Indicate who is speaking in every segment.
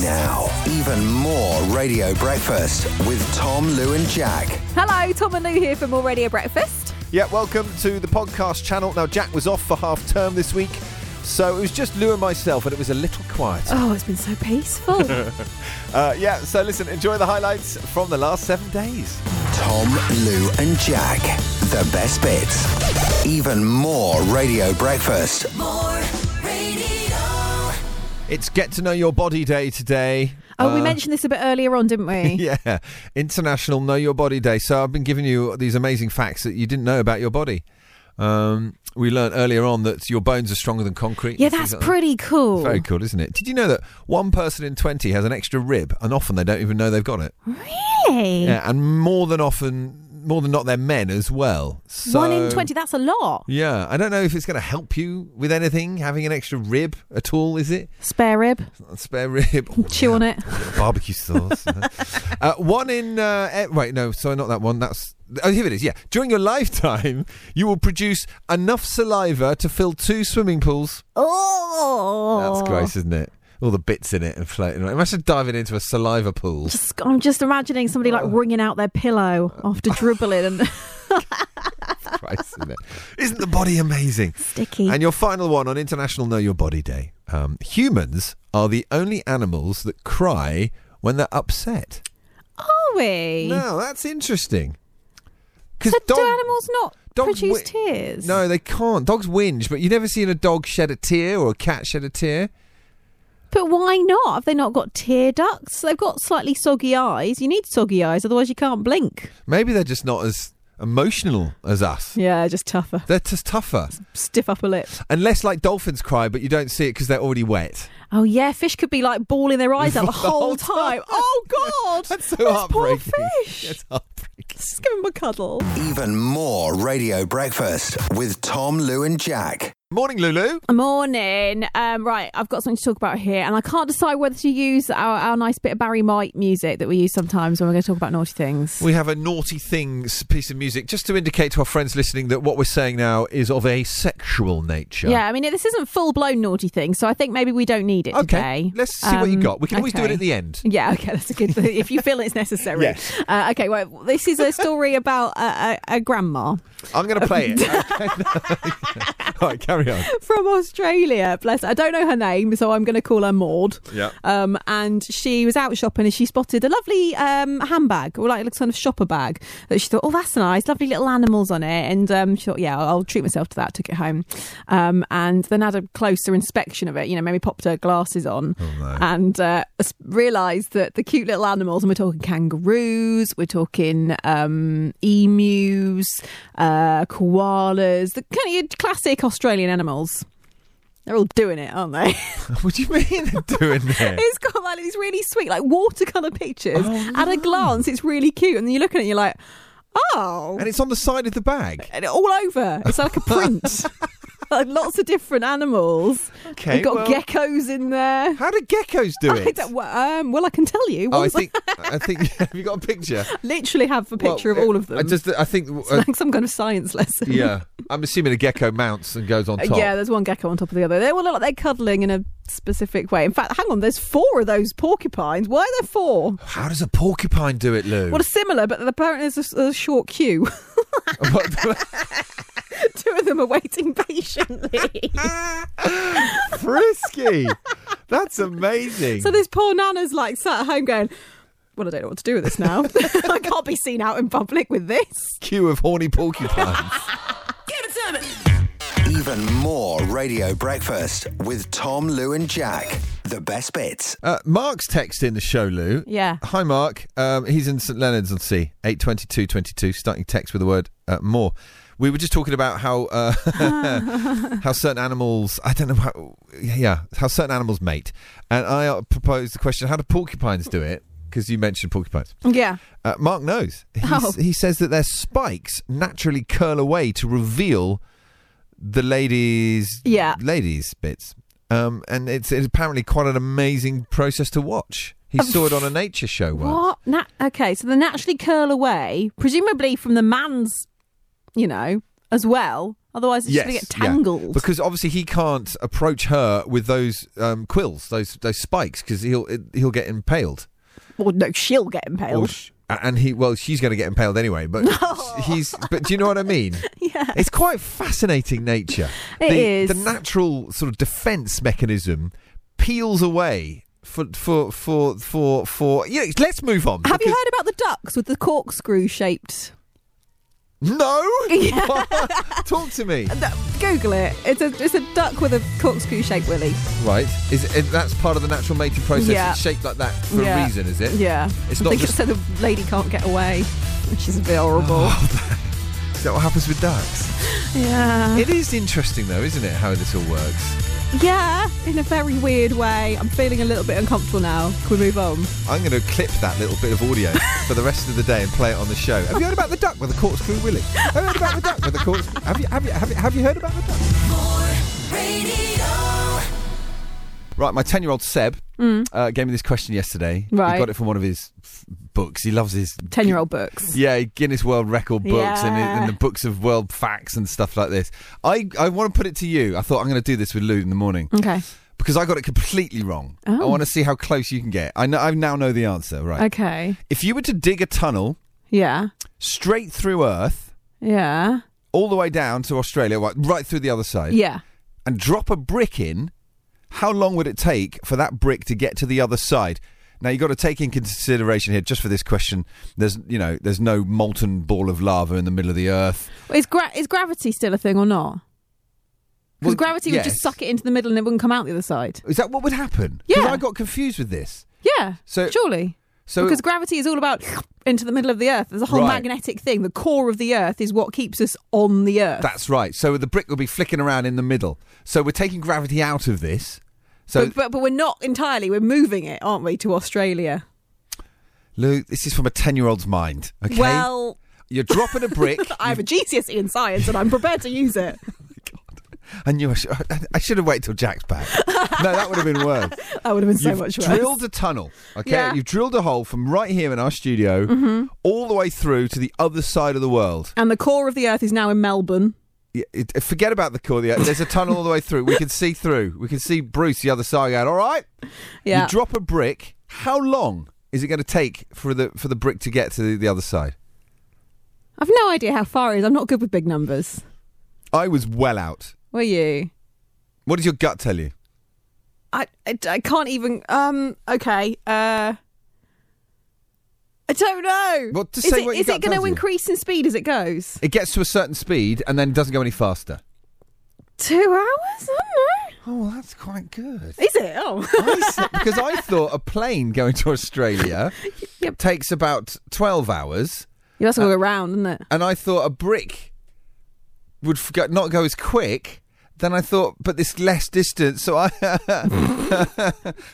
Speaker 1: Now, even more Radio Breakfast with Tom, Lou, and Jack.
Speaker 2: Hello, Tom and Lou here for more Radio Breakfast.
Speaker 3: Yeah, welcome to the podcast channel. Now, Jack was off for half term this week, so it was just Lou and myself, and it was a little quiet.
Speaker 2: Oh, it's been so peaceful.
Speaker 3: Uh, yeah, so listen, enjoy the highlights from the last seven days.
Speaker 1: Tom, Lou, and Jack. The best bits. Even more Radio Breakfast.
Speaker 4: More radio.
Speaker 3: It's Get to Know Your Body Day today.
Speaker 2: oh, we
Speaker 3: Uh,
Speaker 2: mentioned this a bit earlier on, didn't we?
Speaker 3: Yeah, International Know Your Body Day. So I've been giving you these amazing facts that you didn't know about your body. Um, we learnt earlier on that your bones are stronger than concrete.
Speaker 2: Yeah,
Speaker 3: and things
Speaker 2: that's
Speaker 3: like that.
Speaker 2: pretty cool.
Speaker 3: Very cool, isn't it? Did you know that one person in 20 has an extra rib, and often they don't even know they've got it?
Speaker 2: Really?
Speaker 3: Yeah, and more than often, more than not, they're men as well. So,
Speaker 2: One in 20, that's a lot.
Speaker 3: Yeah, I don't know if it's going to help you with anything having an extra rib at all. Is it
Speaker 2: Spare rib,
Speaker 3: a spare rib? Oh,
Speaker 2: chew on it.
Speaker 3: Barbecue sauce. uh, one in uh, eh, wait, no, sorry, not that one. That's oh, here it is. Yeah, during your lifetime, you will produce enough saliva to fill two swimming pools.
Speaker 2: Oh.
Speaker 3: That's gross, isn't it? All the bits in it and floating. around. Imagine diving into a saliva pool.
Speaker 2: Just- I'm just imagining somebody
Speaker 3: Uh.
Speaker 2: like wringing out their pillow after dribbling and
Speaker 3: Christ, isn't it? Isn't the body amazing?
Speaker 2: sticky.
Speaker 3: And your final one on International Know Your Body Day. Um, humans are the only animals that cry when they're upset.
Speaker 2: Are we?
Speaker 3: No, that's interesting. Because
Speaker 2: so do animals not
Speaker 3: dogs
Speaker 2: produce
Speaker 3: wi-
Speaker 2: tears?
Speaker 3: No, they can't. Dogs whinge, but you've never seen a dog shed a tear or a cat shed a tear.
Speaker 2: But why not? Have they not got tear ducts? They've got slightly soggy eyes. You need soggy eyes, otherwise you can't blink.
Speaker 3: Maybe they're just not as emotional as us.
Speaker 2: Yeah, just tougher.
Speaker 3: They're just tougher.
Speaker 2: Stiff upper lip.
Speaker 3: Unless, like, dolphins cry, but you don't see it because they're already wet.
Speaker 2: Oh yeah, fish could be like bawling their eyes out the,
Speaker 3: whole
Speaker 2: whole time. Oh god,
Speaker 3: That's so
Speaker 2: poor
Speaker 3: heartbreaking.
Speaker 2: fish.
Speaker 3: That's heartbreaking.
Speaker 2: Let's just give him a cuddle.
Speaker 1: Even more Radio Breakfast with Tom, Lou, and Jack.
Speaker 3: Morning, Lulu.
Speaker 2: Morning. Um, right, I've got something to talk about here, and I can't decide whether to use our, our nice bit of Barry Mike music that we use sometimes when we're going to talk about naughty things.
Speaker 3: We have a naughty things piece of music just to indicate to our friends listening that what we're saying now is of a sexual nature.
Speaker 2: yeah, I mean this isn't full blown naughty thing, so I think maybe we don't need it
Speaker 3: Okay.
Speaker 2: today.
Speaker 3: Let's see what you
Speaker 2: Um,
Speaker 3: got. We can always do it
Speaker 2: okay.
Speaker 3: at the end.
Speaker 2: Yeah, okay, that's a good thing. if you feel it's necessary.
Speaker 3: Yes.
Speaker 2: Uh, okay, well, this is a story about a, a, a grandma.
Speaker 3: I'm going to play it. Okay. All right, carry on.
Speaker 2: from Australia. Bless. Her. I don't know her name, so I'm going to call her Maud.
Speaker 3: Yeah.
Speaker 2: Um, and she was out shopping and she spotted a lovely um, handbag, or like a kind of shopper bag that she thought, oh, that's nice, lovely little animals on it. And um, she thought, yeah, I'll, I'll treat myself to that. Took it home, um, and then had a closer inspection of it. You know, maybe popped her glasses on and uh, s- realised that the cute little animals, and we're talking kangaroos, we're talking um, emus, uh, koalas, the kind of your classic Australian animals. They're all doing it, aren't they?
Speaker 3: What do you mean they're doing there?
Speaker 2: It's got like these really sweet, like watercolor pictures.
Speaker 3: Oh,
Speaker 2: At a glance, it's really cute, and then you look at it, and you're like, oh,
Speaker 3: And it's on the side of the bag.
Speaker 2: and all over. It's like a print. Like lots of different animals.
Speaker 3: Okay,
Speaker 2: You've got
Speaker 3: well-
Speaker 2: geckos in there.
Speaker 3: How do geckos do
Speaker 2: I
Speaker 3: it?
Speaker 2: don't- well, um, well, I can tell you.
Speaker 3: Oh, I
Speaker 2: Once I
Speaker 3: think I think have you got a picture?
Speaker 2: literally have a picture
Speaker 3: Well,
Speaker 2: of all of them.
Speaker 3: I just I think
Speaker 2: it's
Speaker 3: uh,
Speaker 2: like some kind of science lesson.
Speaker 3: yeah. I'm assuming a gecko mounts and goes on top.
Speaker 2: Uh, Yeah, there's one gecko on top of the other. They all look like they're cuddling in a specific way. In fact, hang on, there's four of those porcupines. Why are there four?
Speaker 3: How does a porcupine do it, Lou?
Speaker 2: Well, similar, but apparently there's a, a short queue.
Speaker 3: What-
Speaker 2: Two of them are waiting patiently.
Speaker 3: Frisky. That's amazing.
Speaker 2: so this poor nana's like sat at home going, "Well, I don't know what to do with this now. I can't be seen out in public with this."
Speaker 3: queue of horny porcupines.
Speaker 1: Even more Radio Breakfast with Tom, Lou, and Jack. The best bits.
Speaker 3: Uh, Mark's text in the show, Lou.
Speaker 2: Yeah.
Speaker 3: Hi, Mark. Um, he's in St Leonard's on C, 82222, starting text with the word uh, more. We were just talking about how uh, how certain animals, I don't know how, yeah, how certain animals mate. And I uh, proposed the question, how do porcupines do it? Because you mentioned porcupines.
Speaker 2: Yeah.
Speaker 3: Uh, Mark knows. He's,
Speaker 2: Oh.
Speaker 3: He says that their spikes naturally curl away to reveal the ladies'
Speaker 2: Yeah.
Speaker 3: ladies bits, um, and it's, it's apparently quite an amazing process to watch. He saw it on a nature show once.
Speaker 2: What? Na- okay, so they naturally curl away, presumably from the man's, you know, as well. Otherwise, it's
Speaker 3: yes,
Speaker 2: going to get
Speaker 3: yeah.
Speaker 2: tangled.
Speaker 3: Because obviously he can't approach her with those um, quills, those those spikes, because he'll he'll get impaled.
Speaker 2: Well, no, she'll get
Speaker 3: Or
Speaker 2: impaled.
Speaker 3: sh- and he well, she's going to get impaled anyway. But he's. But do you know what I mean?
Speaker 2: yeah.
Speaker 3: It's quite fascinating nature.
Speaker 2: It
Speaker 3: the,
Speaker 2: is.
Speaker 3: the natural sort of defense mechanism peels away for for for for for. Yeah, let's move on.
Speaker 2: Have you
Speaker 3: because-
Speaker 2: heard about the ducks with the corkscrew shaped?
Speaker 3: No. Talk to me.
Speaker 2: Th- Google it. It's a it's a duck with a corkscrew shaped willy.
Speaker 3: Right. Is it, that's part of the natural mating process?
Speaker 2: Yeah.
Speaker 3: It's shaped like that for a
Speaker 2: Yeah.
Speaker 3: reason, is it?
Speaker 2: Yeah,
Speaker 3: It's
Speaker 2: I
Speaker 3: not
Speaker 2: think
Speaker 3: just-
Speaker 2: it said the lady can't get away, which is a bit horrible.
Speaker 3: Oh. Is that what happens with ducks?
Speaker 2: yeah,
Speaker 3: It is interesting, though, isn't it? How this all works.
Speaker 2: yeah, in a very weird way. I'm feeling a little bit uncomfortable now. Can we move on?
Speaker 3: I'm going to clip that little bit of audio for the rest of the day and play it on the show. Have you heard about the duck with the corkscrew willy? Have you heard about the duck with the corkscrew? Have you have you have you, have you heard about the duck?
Speaker 4: More radio.
Speaker 3: Right, my ten-year-old Seb uh, gave me this question yesterday.
Speaker 2: Mm. Right.
Speaker 3: he got it from one of his f- books. He loves his
Speaker 2: Ten year old books.
Speaker 3: Yeah, Guinness World Record books and,
Speaker 2: Yeah.
Speaker 3: and the books of world facts and stuff like this. I, I want to put it to you. I thought I'm going to do this with Lou in the morning
Speaker 2: Okay.
Speaker 3: because I got it completely wrong. I
Speaker 2: Oh.
Speaker 3: want to see how close you can get. I, know, I now know the answer. Right.
Speaker 2: Okay.
Speaker 3: If you were to dig a tunnel
Speaker 2: Yeah.
Speaker 3: straight through Earth,
Speaker 2: Yeah.
Speaker 3: all the way down to Australia, right, right through the other side,
Speaker 2: Yeah.
Speaker 3: and drop a brick in, how long would it take for that brick to get to the other side? Now you've got to take in consideration here, just for this question. There's, you know, there's no molten ball of lava in the middle of the Earth.
Speaker 2: Is gra- is gravity still a thing or not? Because
Speaker 3: Well,
Speaker 2: gravity would
Speaker 3: yes.
Speaker 2: just suck it into the middle and it wouldn't come out the other side.
Speaker 3: Is that what would happen? 'Cause
Speaker 2: Yeah.
Speaker 3: I got confused with this.
Speaker 2: Yeah.
Speaker 3: So-
Speaker 2: surely.
Speaker 3: So
Speaker 2: because gravity is all about into the middle of the earth. There's a whole
Speaker 3: Right.
Speaker 2: magnetic thing. The core of the earth is what keeps us on the earth.
Speaker 3: that's right. So the brick will be flicking around in the middle. So we're taking gravity out of this. So
Speaker 2: but, but but we're not entirely. We're moving it, aren't we, to Australia?
Speaker 3: Lou, this is from a ten-year-old's mind. Okay,
Speaker 2: Well,
Speaker 3: you're dropping a brick.
Speaker 2: I have a GCSE E in science and I'm prepared to use it.
Speaker 3: I knew I should, I should have waited till Jack's back. No, that would have been worse.
Speaker 2: That would have been so
Speaker 3: You've
Speaker 2: much worse.
Speaker 3: drilled a tunnel. Okay,
Speaker 2: Yeah. Mm-hmm.
Speaker 3: you've drilled a hole from right here in our studio all the way through to the other side of the world.
Speaker 2: and the core of the earth is now in Melbourne.
Speaker 3: Y- it- Forget about the core. of the earth. There's a tunnel all the way through. We can see through. We can see Bruce the other side. Going, all right.
Speaker 2: Yeah.
Speaker 3: You drop a brick. How long is it going to take for the for the brick to get to the, the other side?
Speaker 2: I've no idea how far it is. I'm not good with big numbers.
Speaker 3: I was well out.
Speaker 2: Were you?
Speaker 3: What does your gut tell you?
Speaker 2: I, I, I can't even. Um. Okay. Uh. I don't know.
Speaker 3: Well, to
Speaker 2: is
Speaker 3: say
Speaker 2: it,
Speaker 3: what
Speaker 2: is
Speaker 3: your
Speaker 2: it
Speaker 3: gut
Speaker 2: going
Speaker 3: tells
Speaker 2: to
Speaker 3: you.
Speaker 2: increase in speed as it goes?
Speaker 3: It gets to a certain speed and then doesn't go any faster.
Speaker 2: Two hours? I don't
Speaker 3: Oh, well, that's quite good.
Speaker 2: know. Is it? Oh.
Speaker 3: I s- because I thought a plane going to Australia
Speaker 2: Yep.
Speaker 3: takes about 12 hours,
Speaker 2: You have to go around, isn't it?
Speaker 3: and I thought a brick would f- go- not go as quick. Then I thought, but this less distance, so I.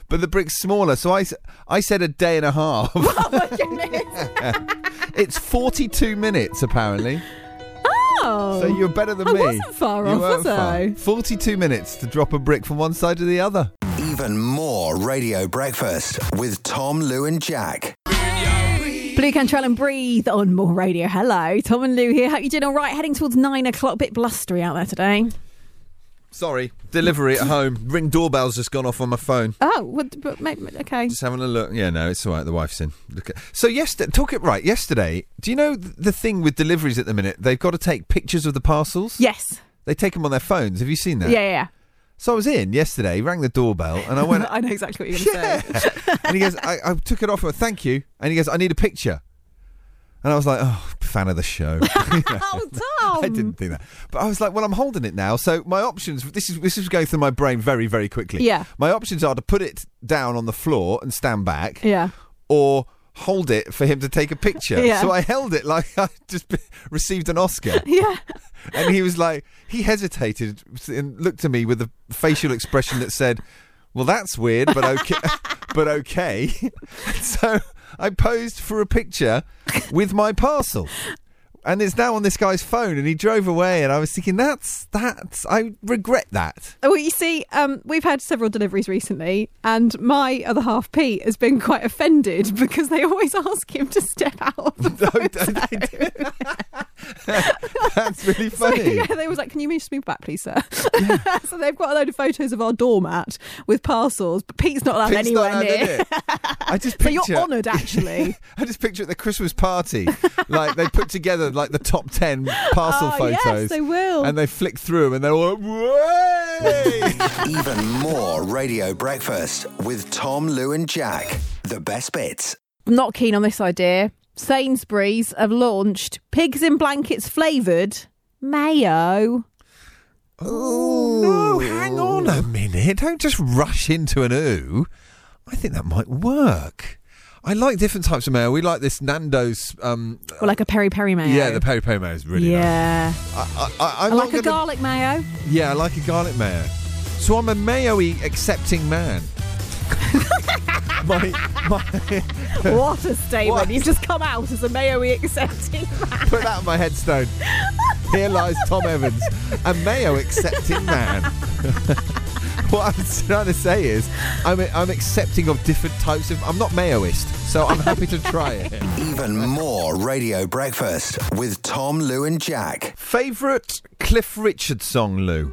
Speaker 3: but the brick's smaller, so I, s- I said a day and a half.
Speaker 2: Oh my goodness.
Speaker 3: it's 42 minutes, apparently.
Speaker 2: Oh.
Speaker 3: So you're better than
Speaker 2: I
Speaker 3: me.
Speaker 2: wasn't far
Speaker 3: You
Speaker 2: off,
Speaker 3: weren't
Speaker 2: was
Speaker 3: far.
Speaker 2: I?
Speaker 3: 42 minutes to drop a brick from one side to the other.
Speaker 1: Even more Radio Breakfast with Tom, Lou, and Jack.
Speaker 2: Blue Cantrell and Breathe on More Radio. Hello, Tom and Lou here. Hope you're doing all right. Heading towards nine o'clock. Bit blustery out there today.
Speaker 3: Sorry, delivery at home. Ring doorbell's just gone off on my phone.
Speaker 2: Oh, what, but, mate, okay.
Speaker 3: Just having a look. Yeah, no, it's all right. The wife's in. Look at- so yesterday, talk it right. Yesterday, do you know th- the thing with deliveries at the minute? They've got to take pictures of the parcels.
Speaker 2: Yes.
Speaker 3: They take them on their phones. Have you seen
Speaker 2: Yeah,
Speaker 3: that?
Speaker 2: yeah. yeah.
Speaker 3: So I was in yesterday, rang the doorbell, and I went.
Speaker 2: I know exactly what you're going to
Speaker 3: yeah.
Speaker 2: say.
Speaker 3: and he goes, I, I took it off. I went, Thank you. And he goes, I need a picture. And I was like, Oh, fan of the show.
Speaker 2: Oh, Tom.
Speaker 3: I didn't think that, but I was like, "Well, I'm holding it now, so my options." This is this is going through my brain very, very quickly.
Speaker 2: Yeah.
Speaker 3: my options are to put it down on the floor and stand back,
Speaker 2: Yeah.
Speaker 3: or hold it for him to take a picture.
Speaker 2: Yeah.
Speaker 3: So I held it like I just be- received an Oscar,
Speaker 2: Yeah.
Speaker 3: and he was like, he hesitated and looked at me with a facial expression that said, "Well, that's weird, but okay, but okay." so I posed for a picture with my parcel. and it's now on this guy's phone, and he drove away, and I was thinking, that's that's I regret that.
Speaker 2: Well, you see, um, we've had several deliveries recently, and my other half, Pete, has been quite offended because they always ask him to step out of the
Speaker 3: No, don't
Speaker 2: photo.
Speaker 3: That's really
Speaker 2: So
Speaker 3: funny.
Speaker 2: yeah, they was like, "Can you just move back, please, sir?" so they've got a load of photos of our doormat with parcels, but Pete's not allowed
Speaker 3: Pete's
Speaker 2: anywhere
Speaker 3: not allowed
Speaker 2: near.
Speaker 3: in it. I just
Speaker 2: So
Speaker 3: picture.
Speaker 2: you're honoured, actually.
Speaker 3: I just picture at the Christmas party, like they put together like the top ten parcel
Speaker 2: Oh, yes,
Speaker 3: photos,
Speaker 2: they will.
Speaker 3: and they flick through 'em and they're all. "Way!"
Speaker 1: Even more Radio Breakfast with Tom, Lou, and Jack. The best bits.
Speaker 2: not keen on this idea. Sainsbury's have launched pigs in blankets flavoured mayo.
Speaker 3: Oh, hang on a minute. Don't just rush into an ooh. I think that might work. I like different types of mayo. We like this Nando's. Um,
Speaker 2: Or like a peri peri mayo.
Speaker 3: yeah, the peri peri mayo is really nice.
Speaker 2: Yeah.
Speaker 3: I, I, I, I'm
Speaker 2: I like
Speaker 3: not
Speaker 2: a
Speaker 3: gonna-
Speaker 2: garlic mayo.
Speaker 3: Yeah, I like a garlic mayo. So I'm a mayo-y accepting man. my, my,
Speaker 2: What a statement.
Speaker 3: What?
Speaker 2: You've just come out as a mayo-y accepting man.
Speaker 3: put that on my headstone. Here lies Tom Evans, a mayo accepting man. what I'm trying to say is, I'm, I'm accepting of different types of. I'm not mayoist, so I'm happy to try it.
Speaker 1: Even more Radio Breakfast with Tom, Lou, and Jack.
Speaker 3: Favorite Cliff Richard song, Lou?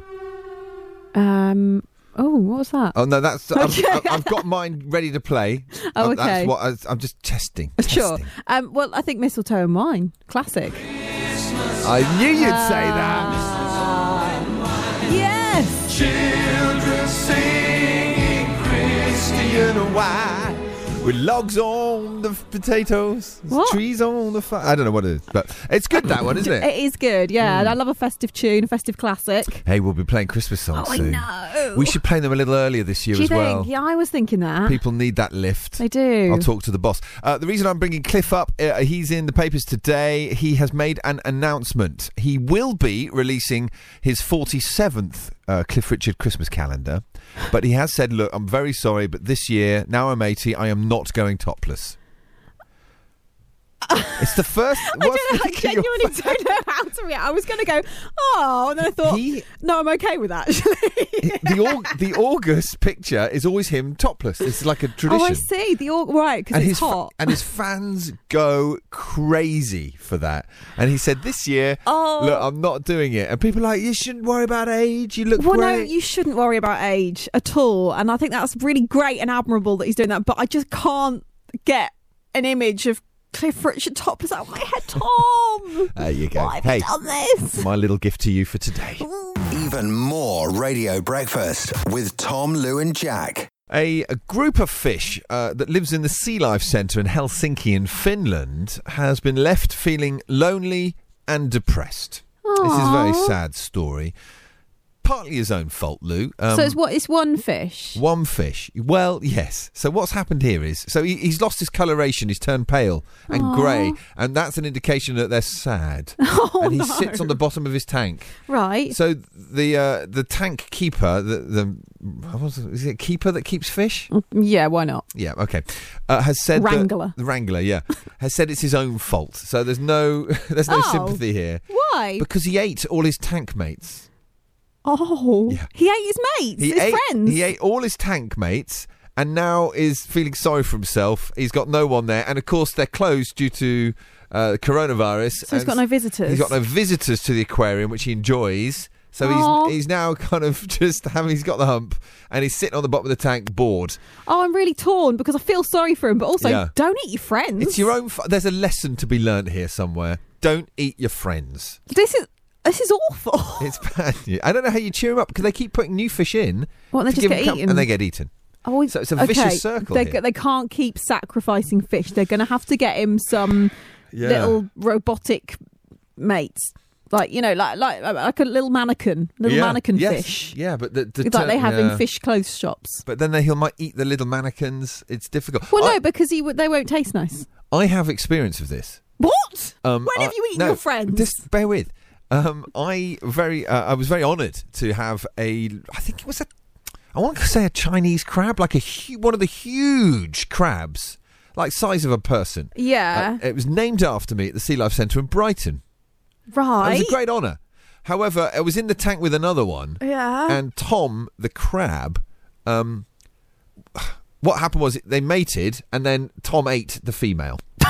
Speaker 2: Um, oh, what was that?
Speaker 3: Oh no, that's
Speaker 2: Okay.
Speaker 3: I've, I've got mine ready to play.
Speaker 2: Oh,
Speaker 3: Uh,
Speaker 2: okay.
Speaker 3: That's what I, am just testing.
Speaker 2: sure.
Speaker 3: testing.
Speaker 2: Um, well, I think mistletoe and wine. Classic.
Speaker 3: I knew you'd say
Speaker 2: Ah.
Speaker 3: that.
Speaker 2: Uh, Yes.
Speaker 3: Children singing Christian why with logs on the f- potatoes,
Speaker 2: What?
Speaker 3: trees on the fire. I don't know what it is, but it's good that one, isn't it?
Speaker 2: It is good. Yeah.
Speaker 3: Hmm.
Speaker 2: and I love a festive tune, a festive classic.
Speaker 3: Hey, we'll be playing Christmas songs
Speaker 2: Oh, I
Speaker 3: soon.
Speaker 2: know.
Speaker 3: We should play them a little earlier this year
Speaker 2: Do you
Speaker 3: as well.
Speaker 2: think? Yeah, I was thinking that.
Speaker 3: People need that lift.
Speaker 2: They do.
Speaker 3: I'll talk to the boss. Uh, the reason I'm bringing Cliff up, uh, he's in the papers today. He has made an announcement. He will be releasing his 47th uh, Cliff Richard Christmas calendar, but he has said, "Look, I'm very sorry, but this year, now I'm 80, I am not going topless." it's the first.
Speaker 2: I
Speaker 3: what's
Speaker 2: don't know. I
Speaker 3: making your
Speaker 2: genuinely
Speaker 3: fa-
Speaker 2: don't know how to react. I was going to go, oh, and then I thought,
Speaker 3: He-
Speaker 2: no, I'm okay with that. Actually.
Speaker 3: the, Au- the August picture is always him topless. It's like a tradition.
Speaker 2: oh, I see. The all right because
Speaker 3: and
Speaker 2: it's
Speaker 3: his fa-
Speaker 2: hot.
Speaker 3: and his fans go crazy for that. And he said this year,
Speaker 2: Oh.
Speaker 3: look, I'm not doing it. And people are like, you shouldn't worry about age. You look
Speaker 2: Well, no,
Speaker 3: great.
Speaker 2: you shouldn't worry about age at all. And I think that's really great and admirable that he's doing that. But I just can't get an image of Cliff Richard topless out of my head. Tom!
Speaker 3: there you go.
Speaker 2: Why have
Speaker 3: hey,
Speaker 2: you done this?
Speaker 3: my little gift to you for today.
Speaker 1: Even more Radio Breakfast with Tom, Lou, and Jack.
Speaker 3: A, a group of fish uh, that lives in the Sea Life Centre in Helsinki in Finland has been left feeling lonely and depressed. This is a very
Speaker 2: Aw.
Speaker 3: sad story. Partly his own fault, Lou. Um,
Speaker 2: so it's what? It's one fish.
Speaker 3: One fish. Well, yes. So what's happened here is so he, he's lost his coloration. He's turned pale and grey, and that's an indication that they're sad. and he
Speaker 2: Oh, no.
Speaker 3: sits on the bottom of his tank.
Speaker 2: Right.
Speaker 3: So the uh, the tank keeper, the the what was it? Is it keeper that keeps fish?
Speaker 2: yeah, why not?
Speaker 3: Yeah. Okay. Uh, has said that-
Speaker 2: Mm. Wrangler.
Speaker 3: the wrangler. Yeah. has said it's his own fault. So there's no there's no
Speaker 2: Oh.
Speaker 3: sympathy here
Speaker 2: Why?
Speaker 3: because he ate all his tank mates.
Speaker 2: oh.
Speaker 3: Yeah.
Speaker 2: He ate his mates, his
Speaker 3: ate,
Speaker 2: friends.
Speaker 3: He ate all his tank mates and now is feeling sorry for himself. He's got no one there. And of course, they're closed due to uh, coronavirus.
Speaker 2: so he's
Speaker 3: And
Speaker 2: got no visitors.
Speaker 3: He's got no visitors to the aquarium, which he enjoys. So
Speaker 2: Aw.
Speaker 3: he's, he's now kind of just having, he's got the hump and he's sitting on the bottom of the tank bored.
Speaker 2: Oh, I'm really torn because I feel sorry for him, but also
Speaker 3: Yeah.
Speaker 2: don't eat your friends.
Speaker 3: It's your own. F- there's a lesson to be learnt here somewhere. Don't eat your friends.
Speaker 2: This is this is awful.
Speaker 3: It's bad. I don't know how you cheer them up because they keep putting new fish in.
Speaker 2: What, and they
Speaker 3: to
Speaker 2: just
Speaker 3: give 'em
Speaker 2: get
Speaker 3: com-
Speaker 2: eaten?
Speaker 3: And they get eaten.
Speaker 2: Oh,
Speaker 3: So it's a vicious circle
Speaker 2: They
Speaker 3: here.
Speaker 2: they can't keep sacrificing fish. They're going to have to get him some little robotic mates, like you know, like like like a little mannequin, little mannequin
Speaker 3: yes.
Speaker 2: fish.
Speaker 3: Yeah, but the, the
Speaker 2: It's like
Speaker 3: ter-
Speaker 2: they have
Speaker 3: yeah.
Speaker 2: in fish clothes shops.
Speaker 3: But then they, he might eat the little mannequins. It's difficult.
Speaker 2: Well,
Speaker 3: I,
Speaker 2: no, because he w- they won't taste nice.
Speaker 3: I have experience of this.
Speaker 2: What?
Speaker 3: Um,
Speaker 2: when have
Speaker 3: I-
Speaker 2: you eaten
Speaker 3: no,
Speaker 2: your friends?
Speaker 3: Just bear with. Um, I very uh, I was very honoured to have a. I think it was a. I want to say a Chinese crab, like a hu- one of the huge crabs, like size of a person.
Speaker 2: yeah.
Speaker 3: Uh, it was named after me at the Sea Life Centre in Brighton.
Speaker 2: Right.
Speaker 3: It was a great honour. However, I was in the tank with another one,
Speaker 2: yeah.
Speaker 3: and Tom the crab. Um, what happened was they mated, and then Tom ate the female.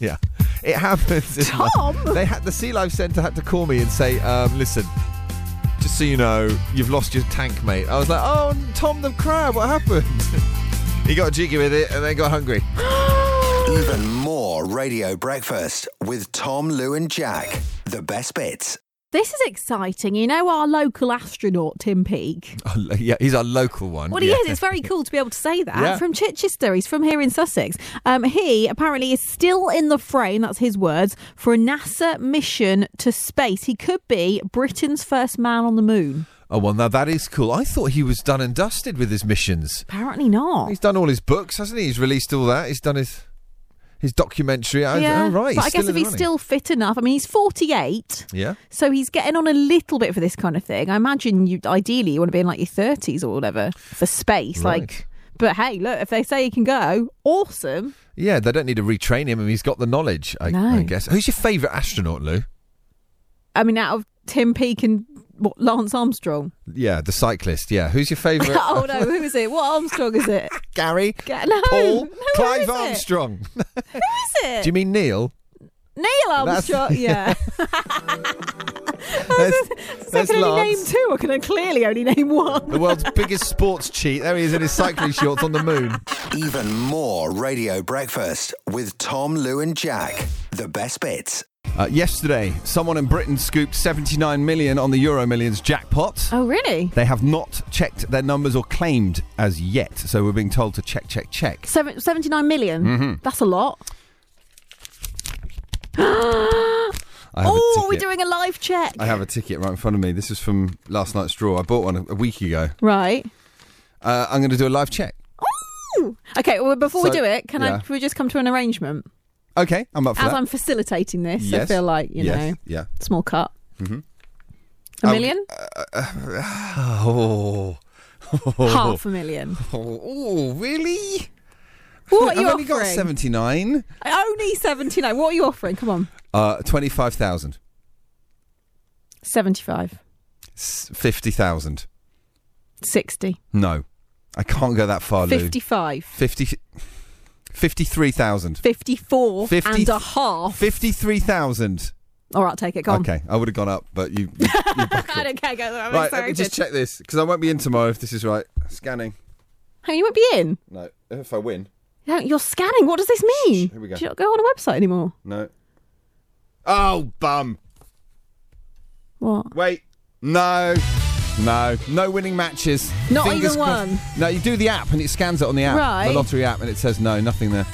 Speaker 3: yeah, it happens. in life.
Speaker 2: Tom?
Speaker 3: They had the Sea Life Centre had to call me and say, um, "Listen, just so you know, you've lost your tank mate." I was like, "Oh, Tom the crab, what happened?" he got jiggy with it, and then got hungry.
Speaker 1: Even more Radio Breakfast with Tom, Lou, and Jack. The best bits.
Speaker 2: This is exciting. You know our local astronaut, Tim Peake?
Speaker 3: Oh, yeah, he's our local one.
Speaker 2: Well, he is. It's very cool to be able to say that.
Speaker 3: Yeah.
Speaker 2: From Chichester. He's from here in Sussex. Um, he apparently is still in the frame, that's his words, for a NASA mission to space. He could be Britain's first man on the moon.
Speaker 3: Oh well, now that is cool. I thought he was done and dusted with his missions.
Speaker 2: Apparently not.
Speaker 3: He's done all his books, hasn't he? He's released all that. He's done his his documentary. I- oh, right.
Speaker 2: But I guess
Speaker 3: he's still in
Speaker 2: if
Speaker 3: the
Speaker 2: he's
Speaker 3: running.
Speaker 2: still fit enough, I mean, he's 48.
Speaker 3: yeah,
Speaker 2: So he's getting on a little bit for this kind of thing. I imagine you ideally you want to be in like your thirties or whatever for space.
Speaker 3: Right.
Speaker 2: Like, but hey, look, if they say you can go, awesome.
Speaker 3: yeah, they don't need to retrain him. I mean, he's got the knowledge. I,
Speaker 2: No.
Speaker 3: I guess. Who's your favourite astronaut, Lou?
Speaker 2: I mean, out of Tim Peake and what, Lance Armstrong.
Speaker 3: Yeah, the cyclist. Yeah, who's your favourite?
Speaker 2: oh no, who is it? What Armstrong is it?
Speaker 3: Gary,
Speaker 2: Ga- No,
Speaker 3: Paul,
Speaker 2: no, who
Speaker 3: Clive
Speaker 2: is it?
Speaker 3: Armstrong.
Speaker 2: Who is it?
Speaker 3: Do you mean Neil?
Speaker 2: Neil
Speaker 3: That's-
Speaker 2: Armstrong. Yeah,
Speaker 3: That's,
Speaker 2: so I
Speaker 3: that's
Speaker 2: can only
Speaker 3: Lance.
Speaker 2: name two. I can clearly only name one.
Speaker 3: The world's biggest sports cheat. There he is in his cycling shorts on the moon.
Speaker 1: Even more Radio Breakfast with Tom, Lou, and Jack. The best bits.
Speaker 5: Uh, yesterday, someone in Britain scooped 79 million on the Euro Millions jackpot.
Speaker 2: Oh really?
Speaker 5: They have not checked their numbers or claimed as yet, so we're being told to check, check, check.
Speaker 2: Seven, 79 million?
Speaker 5: Mm-hmm.
Speaker 2: That's a lot.
Speaker 5: I have a
Speaker 2: Oh,
Speaker 5: ticket.
Speaker 2: we're doing a live check.
Speaker 5: I have a ticket right in front of me. This is from last night's draw. I bought one a, a week ago.
Speaker 2: Right.
Speaker 5: Uh, I'm going to do a live check.
Speaker 2: Ooh. Okay, well, before we
Speaker 5: So-
Speaker 2: do it, can I
Speaker 5: yeah.
Speaker 2: can we just come to an arrangement?
Speaker 5: Okay, I'm up for
Speaker 2: As
Speaker 5: that.
Speaker 2: I'm facilitating this, I
Speaker 5: Yes.
Speaker 2: feel like, you
Speaker 5: yes. Mm-hmm.
Speaker 2: know,
Speaker 5: Yeah.
Speaker 2: small cut. A
Speaker 5: Um,
Speaker 2: 1000000
Speaker 3: Oh,
Speaker 2: Half a million.
Speaker 5: Oh, oh, really?
Speaker 2: What are
Speaker 5: I've
Speaker 2: you
Speaker 5: only
Speaker 2: offering?
Speaker 5: got 79.
Speaker 2: Only 79. What are you offering? Come on.
Speaker 5: Uh, 25,000.
Speaker 2: 75.
Speaker 5: S- 50,000.
Speaker 2: 60.
Speaker 5: No. I can't go that far, Lou.
Speaker 2: 55.
Speaker 5: 50, 53,000.
Speaker 2: 54
Speaker 5: 50
Speaker 2: and a half.
Speaker 5: 53,000.
Speaker 2: All right, take it. Go on.
Speaker 5: Okay, I would have gone up, but you. you, you
Speaker 2: I don't care. Go. I'm
Speaker 5: right, let me
Speaker 2: excited.
Speaker 5: just check this because I won't be in tomorrow if this is right. Scanning.
Speaker 2: Hey, you won't be in.
Speaker 5: No. If I win,
Speaker 2: No, You're scanning. What does this mean?
Speaker 5: here we go.
Speaker 2: Do you not go on a website anymore?
Speaker 5: no. Oh, bum.
Speaker 2: What?
Speaker 5: Wait. No. No. No winning matches.
Speaker 2: Not
Speaker 5: Fingers
Speaker 2: even
Speaker 5: crossed.
Speaker 2: one?
Speaker 5: No, you do the app and it scans it on the app.
Speaker 2: Right.
Speaker 5: The lottery app and it says no, nothing there.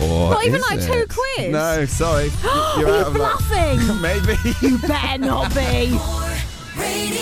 Speaker 5: Or
Speaker 2: Not even
Speaker 5: is
Speaker 2: like
Speaker 5: it?
Speaker 2: two quiz?
Speaker 5: No, sorry.
Speaker 2: Are
Speaker 5: You're
Speaker 2: you
Speaker 5: out of luck.
Speaker 2: bluffing?
Speaker 5: Maybe.
Speaker 2: you better not be.
Speaker 4: Radio.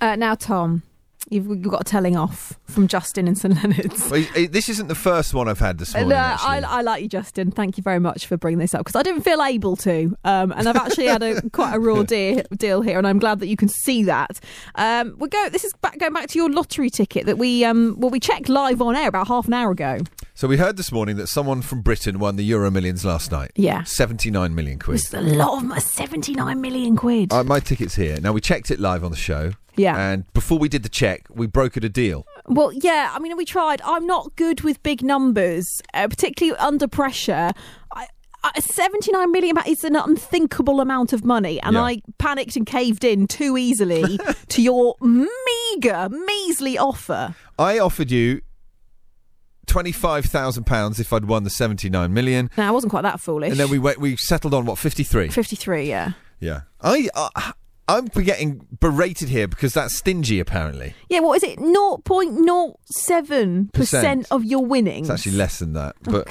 Speaker 2: Uh, now, Tom, you've, you've got a telling off from Justin and St Leonard's.
Speaker 3: Well, he- he- this isn't the first one I've had this morning.
Speaker 2: And, uh, I,
Speaker 3: actually.
Speaker 2: I like you, Justin. Thank you very much for bringing this up because I didn't feel able to, um, and I've actually had a quite a raw de- deal here, and I'm glad that you can see that. Um, we go. This is back, going back to your lottery ticket that we um, well we checked live on air about half an hour ago.
Speaker 3: So we heard this morning that someone from Britain won the Euro Millions last night.
Speaker 2: Yeah.
Speaker 3: seventy-nine million quid.
Speaker 2: It's a lot of seventy nine million quid.
Speaker 3: Uh, my ticket's here. Now, we checked it live on the show.
Speaker 2: Yeah.
Speaker 3: And before we did the check, we brokered a deal.
Speaker 2: Well, yeah, I mean, we tried. I'm not good with big numbers, uh, particularly under pressure. I, I, 79 million ma- is an unthinkable amount of money, and
Speaker 3: Yeah.
Speaker 2: I panicked and caved in too easily to your meagre, measly offer.
Speaker 3: I offered you £25,000 if I'd won the 79 million.
Speaker 2: Now, I wasn't quite that foolish.
Speaker 3: And then we went, we settled on what, 53?
Speaker 2: 53, yeah.
Speaker 3: Yeah. I, I, I'm getting berated here because that's stingy, apparently.
Speaker 2: Yeah, what is it? 0.07%
Speaker 3: Percent.
Speaker 2: of your winnings.
Speaker 3: It's actually less than that.
Speaker 2: Oh,
Speaker 3: But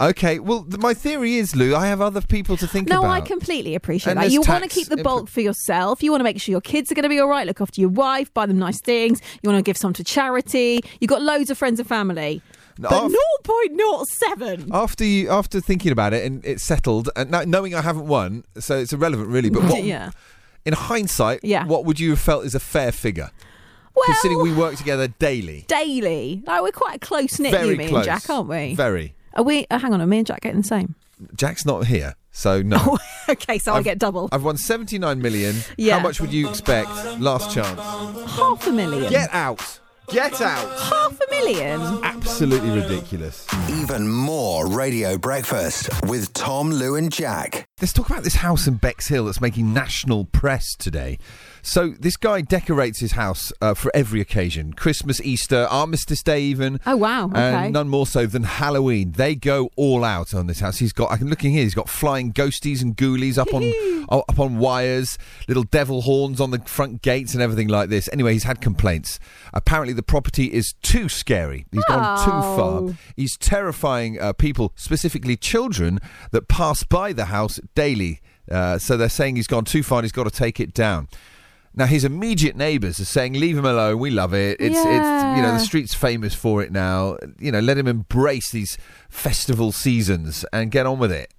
Speaker 3: Okay. Well, th- my theory is, Lou, I have other people to think
Speaker 2: No,
Speaker 3: about.
Speaker 2: I completely appreciate
Speaker 3: And
Speaker 2: that.
Speaker 3: there's
Speaker 2: You want to
Speaker 3: tax
Speaker 2: keep the
Speaker 3: input.
Speaker 2: bulk for yourself. You want to make sure your kids are going to be all right. Look after your wife. Buy them nice things. You want to give some to charity. You've got loads of friends and family.
Speaker 3: No,
Speaker 2: But
Speaker 3: I've-
Speaker 2: 0.07.
Speaker 3: After you, after thinking about it and it's settled, and now, knowing I haven't won, so it's irrelevant really. But what,
Speaker 2: yeah.
Speaker 3: in hindsight,
Speaker 2: Yeah.
Speaker 3: what would you have felt is a fair figure?
Speaker 2: Well,
Speaker 3: considering we work together daily.
Speaker 2: daily. Like, we're quite a close knit,
Speaker 3: Very
Speaker 2: you, me
Speaker 3: close.
Speaker 2: and Jack, aren't we?
Speaker 3: Very.
Speaker 2: Are we? Uh, hang on, are me and Jack getting the same?
Speaker 3: Jack's not here, so no.
Speaker 2: Oh, okay, so I'll
Speaker 3: I've-
Speaker 2: get double.
Speaker 3: I've won 79 million.
Speaker 2: Yeah.
Speaker 3: How much would you expect? Last chance.
Speaker 2: Half a million.
Speaker 3: Get out. Get out.
Speaker 2: Half a million.
Speaker 5: Absolutely ridiculous.
Speaker 1: Even more Radio Breakfast with Tom, Lou, and Jack.
Speaker 3: Let's talk about this house in Bexhill that's making national press today. So, this guy decorates his house uh, for every occasion Christmas, Easter, Armistice Day, even.
Speaker 2: Oh, wow, okay.
Speaker 3: And none more so than Halloween. They go all out on this house. He's got, I'm looking here, he's got flying ghosties and ghoulies up on oh, up on wires, little devil horns on the front gates and everything like this. Anyway, he's had complaints. Apparently, the property is too scary. He's gone too far.
Speaker 2: Oh.
Speaker 3: He's terrifying uh, people, specifically children, that pass by the house daily. Uh, so they're saying he's gone too far and he's got to take it down. Now his immediate neighbours are saying, "Leave him alone. We love it. It's it's you know
Speaker 2: Yeah.
Speaker 3: the street's famous for it now. You know, let him embrace these festival seasons and get on with it."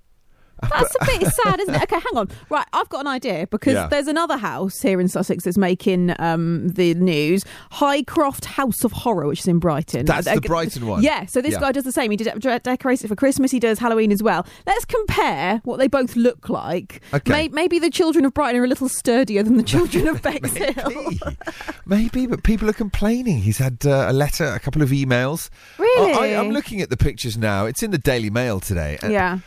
Speaker 2: That's a bit sad, isn't it? Okay, hang on. Right, I've got an idea because
Speaker 3: Yeah.
Speaker 2: there's another house here in Sussex that's making um, the news Highcroft House of Horror, which is in Brighton.
Speaker 3: That's the
Speaker 2: Uh,
Speaker 3: Brighton one.
Speaker 2: Yeah, so this
Speaker 3: Yeah.
Speaker 2: guy does the same. He de- de- decorates it for Christmas, he does Halloween as well. Let's compare what they both look like.
Speaker 3: Okay.
Speaker 2: May- maybe the children of Brighton are a little sturdier than the children of Bexhill.
Speaker 3: Maybe. Maybe, but people are complaining. He's had uh, a letter, a couple of emails.
Speaker 2: Really?
Speaker 3: I, I, am looking at the pictures now. It's in the Daily Mail today. And- uh,
Speaker 2: yeah.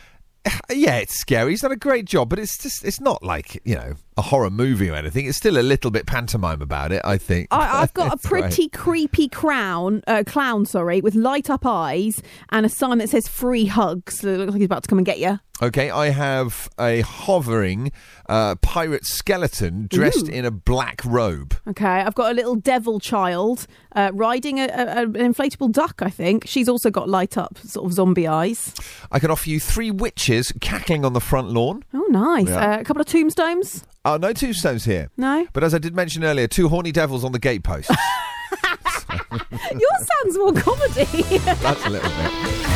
Speaker 3: yeah, it's scary. He's done a great job, but it's just it's not like you know a horror movie or anything. It's still a little bit pantomime about it. I think.
Speaker 2: I, I've got a
Speaker 3: It's all right.
Speaker 2: pretty creepy crown, uh, clown, sorry, with light up eyes and a sign that says free hugs. So it looks like he's about to come and get you.
Speaker 3: Okay, I have a hovering uh, pirate skeleton dressed
Speaker 2: Ooh.
Speaker 3: in a black robe.
Speaker 2: Okay, I've got a little devil child uh, riding a, a, a- an inflatable duck, I think. She's also got light up sort of zombie eyes.
Speaker 3: I can offer you three witches cackling on the front lawn.
Speaker 2: Oh, nice.
Speaker 3: Yeah.
Speaker 2: Uh, a couple of tombstones.
Speaker 3: Oh, no tombstones here.
Speaker 2: No?
Speaker 3: But as I did mention earlier, two horny devils on the gatepost.
Speaker 2: Yours sounds more comedy.
Speaker 3: That's a little bit.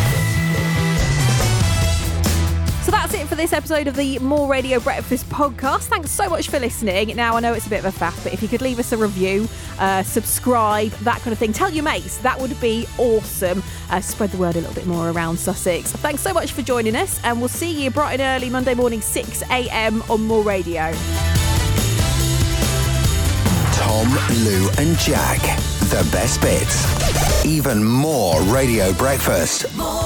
Speaker 2: So that's it for this episode of the More Radio Breakfast podcast. Thanks so much for listening. Now, I know it's a bit of a faff, but if you could leave us a review, uh, subscribe, that kind of thing, tell your mates, that would be awesome. Uh, spread the word a little bit more around Sussex. Thanks so much for joining us, and we'll see you bright and early Monday morning, 6 a.m. on More Radio.
Speaker 1: Tom, Lou, and Jack. The best bits. Even more Radio Breakfast.
Speaker 4: More